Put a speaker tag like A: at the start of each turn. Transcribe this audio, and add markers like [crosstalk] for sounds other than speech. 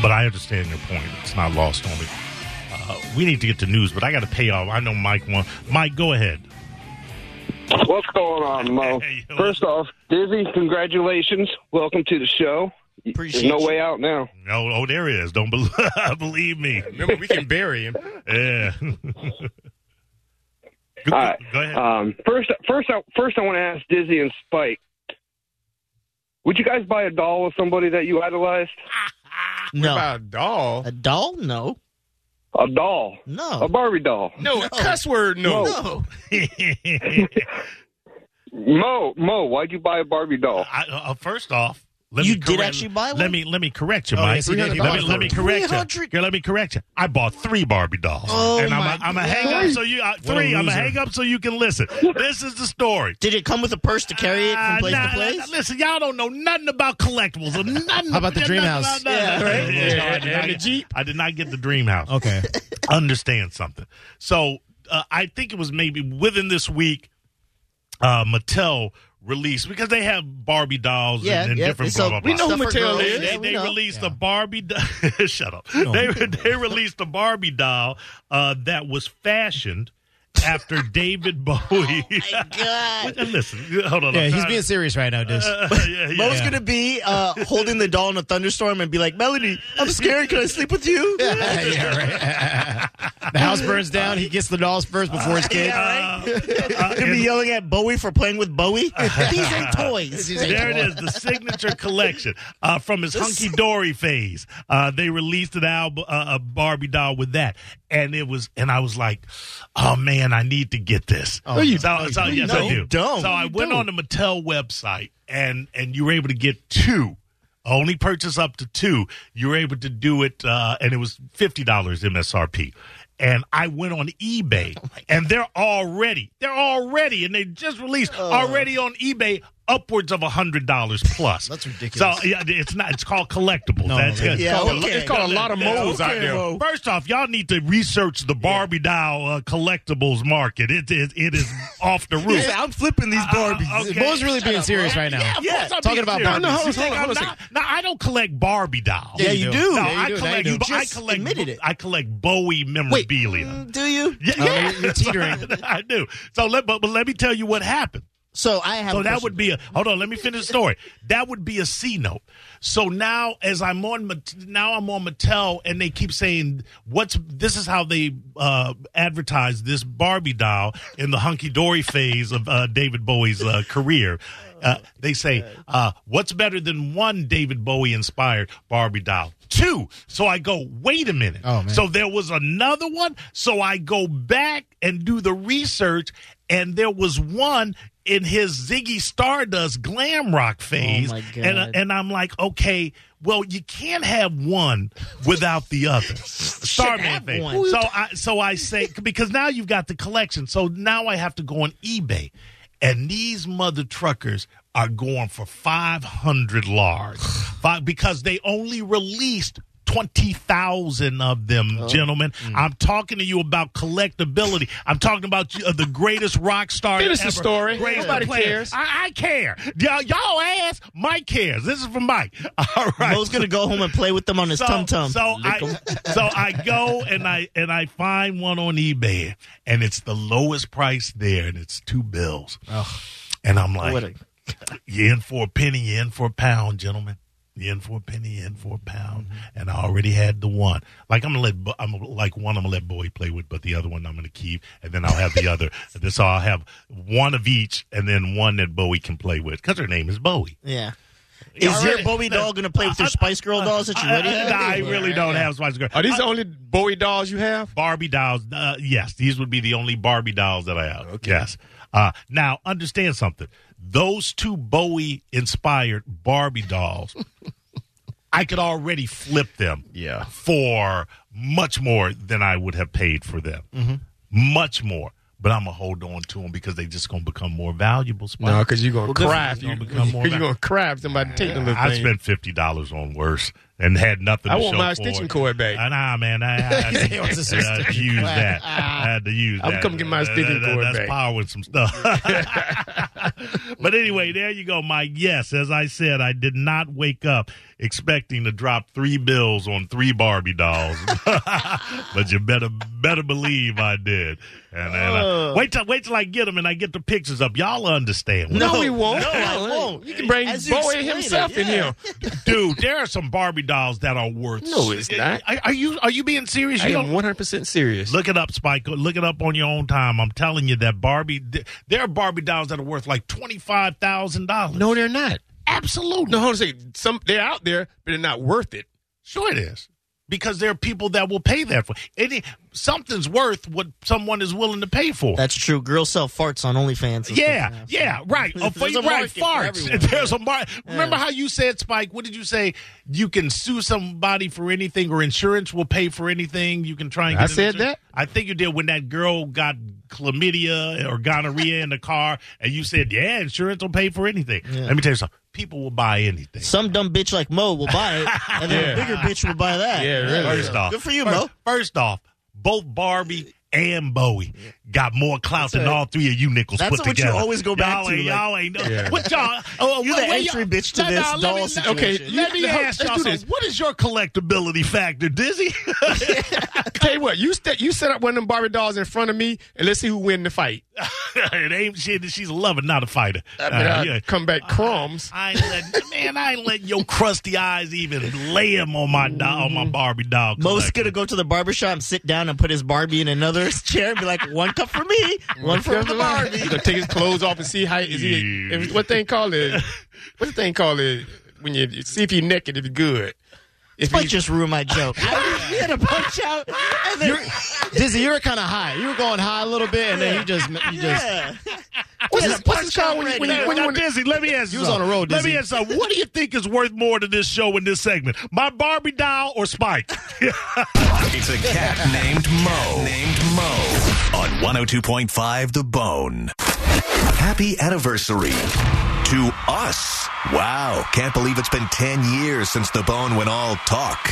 A: But I understand your point. It's not lost on me. Uh, we need to get to news, but I got to pay off. I know Mike wants. Mike, go ahead.
B: What's going on,
C: [laughs]
B: Mo?
A: Hey, yo.
B: First off, Dizzy, congratulations. Welcome to the show.
C: Appreciate
B: There's no
C: you.
B: way out now.
A: Oh, oh, there he is. Don't believe, [laughs] believe me.
D: Remember, we can bury him.
A: Yeah.
C: [laughs]
A: go,
B: All right.
A: go ahead.
B: Um, first, first, I, first, I want to ask Dizzy and Spike. Would you guys buy a doll of somebody that you idolized?
D: What
C: No.
D: About a doll.
C: A doll? No.
B: A doll, a
C: No.
B: Barbie doll.
D: No, a cuss word. No.
C: No. Uh,
B: Mo, Mo, why'd you buy a Barbie doll?
A: [laughs] I, uh, first off, let
C: You
A: me
C: did
A: correct,
C: actually buy
A: Let
C: one?
A: me let me correct you,
D: Oh,
A: Mike.
D: yes, he
A: let,
D: did.
A: me,
D: He bought
A: let me
D: one.
A: correct you.
C: 300
A: Here, let me correct you. I bought three Barbie dolls,
C: Oh,
A: and
C: my
A: I'm I'm a hang up
C: God.
A: so you I,
D: a
A: three. I'm a
D: loser.
A: hang up so you can listen. This is the story.
C: Did it come with a purse to carry it from
A: Uh,
C: place
A: nah,
C: to place?
A: nah, listen, y'all don't know nothing about collectibles. Or nothing,
E: How about the dream
A: nothing
E: house?
A: about nothing.
C: Yeah,
D: right?
A: No, I did
D: Yeah,
A: not
D: and the
A: get-
D: Jeep.
A: I did not get the dream house.
E: Okay.
A: [laughs] understand something. So uh, I think it was maybe within this week, uh, Mattel released because they have Barbie dolls
C: Yeah,
A: and, and
C: yeah,
A: different
C: it's
A: blah
C: a-
A: blah blah.
D: We know who
C: Suffer
D: Mattel
C: girls.
D: is.
A: They,
C: Yeah, we
A: they
C: know.
A: released
E: Yeah.
A: a Barbie. Do- [laughs] Shut up.
E: No.
A: they they released a Barbie doll uh, that was fashioned after David Bowie.
C: My
A: [laughs]
C: God.
A: Listen, hold on.
E: Yeah,
A: I'm
E: he's
A: trying-
E: being serious right now, [laughs] dude.
A: Uh, [laughs] yeah, yeah.
C: Mo's gonna be uh, holding the doll in a thunderstorm and be like, "Melody, I'm scared. Can I sleep with you?"
E: yeah,
A: [laughs]
E: right. the house burns down. He gets the dolls first before his kid.
A: Uh,
C: Gonna be yelling at Bowie for playing with Bowie. These ain't toys.
E: These ain't
A: There it is, the signature collection uh, from his hunky dory phase. Uh, they released an album, uh, a Barbie doll with that, and it was, and I was like, oh man, I need to get this.
E: No, you
A: so, so yes,
C: don't.
A: I
C: You
A: do.
C: Oh, don't.
A: So I
C: You
A: went
C: don't.
A: on the Mattel website, and and you were able to get two. Only purchase up to two. You were able to do it, uh, and it was fifty dollars MSRP. And I went on eBay,
E: [laughs] Oh
A: and they're already they're already, and they just released already on eBay upwards of hundred dollars plus.
E: That's ridiculous.
A: So yeah, it's not. It's called collectibles.
E: No,
A: That's
E: man.
A: good.
C: Yeah,
D: Called a-
C: okay.
D: It's called a lot of moles out there.
C: Mo.
A: First off, y'all need to research the Barbie doll uh, collectibles market. It is it is off
E: [laughs]
A: the roof.
C: Yeah, I'm flipping these Barbies.
A: Uh, okay.
E: Mo's really
A: Shut
E: being
A: up,
E: serious
A: bro.
E: right now.
A: Yeah, of
C: Yeah,
A: course I'm
E: talking
A: being
E: about
A: serious.
E: Barbie.
A: You
E: No, hold
A: think
D: on, hold on
A: I'm
D: a
A: not- No, I don't collect Barbie dolls.
C: Yeah, you do.
A: No,
E: Yeah, you
A: I
E: do. Now you
A: collect.
E: do.
A: but I
C: Just
A: collect.
C: admitted
A: Bo-
C: it.
A: I collect Bowie memorabilia.
C: do you?
A: Yeah,
E: Oh,
A: yeah,
E: you're- you're teetering.
A: [laughs] I do. So let but, but let me tell you what happened.
C: So I have.
A: So
C: a
A: that
C: question.
A: would be a hold on. Let me finish the story. That would be a C note. So now, as I'm on Mat- now, I'm on Mattel, and they keep saying, "What's this is how they uh, advertise this Barbie doll in the hunky dory phase of uh, David Bowie's uh,
C: Oh,
A: career." Uh, they say, uh, "What's better than one David Bowie inspired Barbie doll?" Two. So I go, "Wait a minute."
E: Oh, man.
A: So there was another one. So I go back and do the research, and there was one in his Ziggy Stardust glam rock phase.
C: Oh, my God.
A: And, and I'm like, okay, well, you can't have one without the
C: [laughs]
A: other. Starman
C: have
A: phase.
C: one.
A: So I so I say [laughs] because now you've got the collection. So now I have to go on eBay, and these mother truckers are going for five hundred
C: [sighs]
A: large, Fi- because they only released. 20,000 of them, gentlemen. I'm talking to you about collectability. I'm talking about you- uh, the greatest rock star
D: Finish the
A: ever.
D: story.
A: Greatest
D: Nobody
A: player.
D: cares.
A: I, I care. Y'all, y'all ass, Mike cares. This is from Mike. [laughs] All right.
C: Mo's gonna go home and play with them on his
A: So-
C: tum tum.
A: So I, so I go and I and I find one on eBay, and it's the lowest price there, and it's two bills. And I'm like,
C: What a-
A: you're in for a penny, you're in for a pound, gentlemen. You're in for a penny, you're in for a pound.
C: Mm-hmm.
A: And I already had the one. Like I'm gonna let, Bo- I'm gonna- like one I'm gonna let Boy play with, but the other one I'm gonna keep, and then I'll have the other. [laughs] And then so I'll have one of each, and then one that Bowie can play with because her name is Bowie.
C: yeah. Is your
A: already-
C: Bowie doll gonna play with your Spice Girl dolls that you
A: I,
C: already have?
A: I really don't have Spice Girl.
D: Are these the only Bowie dolls you have?
A: Barbie dolls. Uh, yes, these would be the only Barbie dolls that I have. Yes. Uh, now, understand something. Those two Bowie inspired Barbie
D: [laughs]
A: dolls, I could already flip them
D: Yeah.
A: for much more than I would have paid for them.
D: Mm-hmm.
A: Much more. But I'm going to hold on to them because they just going to become more valuable. Spike.
D: No, because you're gonna
A: good for you.
D: cry. If you,
A: Gonna become more
D: are gonna cry if somebody taking the
A: I
D: thing.
A: spent fifty dollars on worse and had nothing.
D: I
A: to
D: want
A: show
D: my
A: for
D: extension
A: it.
D: cord back.
A: Uh, nah, man, I, I,
D: [laughs]
A: had to-
E: He wants his
A: I had to
E: extension
A: use
E: cord.
A: that. I had to use
D: I'm
A: that.
D: come get my
A: That-
D: extension
A: that-
D: cord
A: That's
D: back.
A: power with some stuff. [laughs] but anyway, there you go, Mike. Yes, as I said, I did not wake up expecting to drop three bills on three Barbie dolls, [laughs] but you better better believe I did. And, and I- wait till wait till I get them and I get the pictures up. Y'all understand? what
D: No,
C: No,
D: he won't.
C: no, I won't.
D: You can bring
C: As you
D: Bowie
C: explain it,
D: himself in
C: yeah.
D: here.
A: Dude, there are some Barbie dolls that are worth.
D: No, it's not.
A: Are, are you are you being serious?
D: I
A: You
D: am
A: don't-
D: 100% serious.
A: look it up, Spike. Look it up on your own time. I'm telling you that Barbie. th- There are Barbie dolls that are worth like twenty five thousand dollars.
D: No, they're not.
A: absolutely.
D: No, hold on a second. Some, they're out there, but they're not worth it.
A: Sure, it is because there are people that will pay that for any something's worth what someone is willing to pay for.
C: That's true. Girls sell farts on OnlyFans. and
A: yeah,
C: stuff,
A: yeah, right. Oh,
C: There's
A: for-
C: a
A: right,
C: market for
A: farts.
C: everyone,
A: There's a mar- Remember how you said, Spike? What did you say? You can sue somebody for anything, or insurance will pay for anything. You can try and.
D: I
A: Get an
D: said
A: insurance-
D: that?
A: I think you did when that girl got chlamydia or gonorrhea in the car, and you said, "Yeah, insurance will pay for anything." Let me tell you something. People will buy anything.
C: Some dumb bitch like Mo will buy
D: [laughs]
C: it, and then a
D: Yeah.
C: bigger bitch will buy that.
D: Yeah, really.
A: First off,
C: Good for you,
A: first,
C: Mo.
A: First off, both Barbie and Bowie got more clout
C: That's
A: than
C: right.
A: all three of you nickels
C: That's
A: put
C: what you
A: together.
C: always go back
A: y'all
C: to,
A: Ain't,
C: like-
A: y'all ain't. [laughs]
D: Yeah.
A: What y'all? Oh,
C: You're
A: what-
C: the
A: what
C: entry
A: y'all-
C: bitch to
A: No, no,
C: this
A: let
C: doll
A: me- no,
C: situation.
D: okay,
A: Let, me
D: Let's
A: ask y'all
D: do
A: something.
D: this.
A: What is your collectability factor, Dizzy?
D: Tell you what, you, st- you set up one of them Barbie dolls in front of me, and let's see who win the fight.
A: [laughs] it ain't shit. that She's a lover, not a fighter.
D: I mean,
A: Uh,
D: I
A: yeah. ah,
D: come back crumbs.
A: I ain't letting, [laughs] man, I ain't letting your crusty eyes even lay him on my doll, on my
C: Mm-hmm.
A: Barbie doll.
C: Mo's
A: collection.
C: gonna go to the barber shop, and sit down, and put his Barbie in another [laughs] chair, and be like, "One cup for
E: [laughs]
C: me, one for the Barbie."
D: He's gonna take his clothes off and see how is he. If, what thing call it? What the thing call it? When you you see if he naked, if he good. If
C: Might
D: he,
C: just ruin my joke. [laughs] I we had a punch out, and then
E: Dizzy, you were kind of high. You were going high a little bit, and then you just you just
C: yeah.
D: what's
C: Yeah,
D: this, what's this
C: punch
D: called
C: out
D: when you,
C: ready.
D: when you,
A: Now,
D: when you,
A: now,
D: when you-
A: Dizzy, let me ask you.
E: You was on
A: something.
E: a roll, Dizzy.
A: Let me ask you. something. What do you think is worth more to this show in this segment? My Barbie doll or Spike?
F: It's a cat named Mo. Named Mo. On 102.5 The Bone. Happy anniversary to us. Wow. Can't believe it's been 10 years since The Bone went all talk.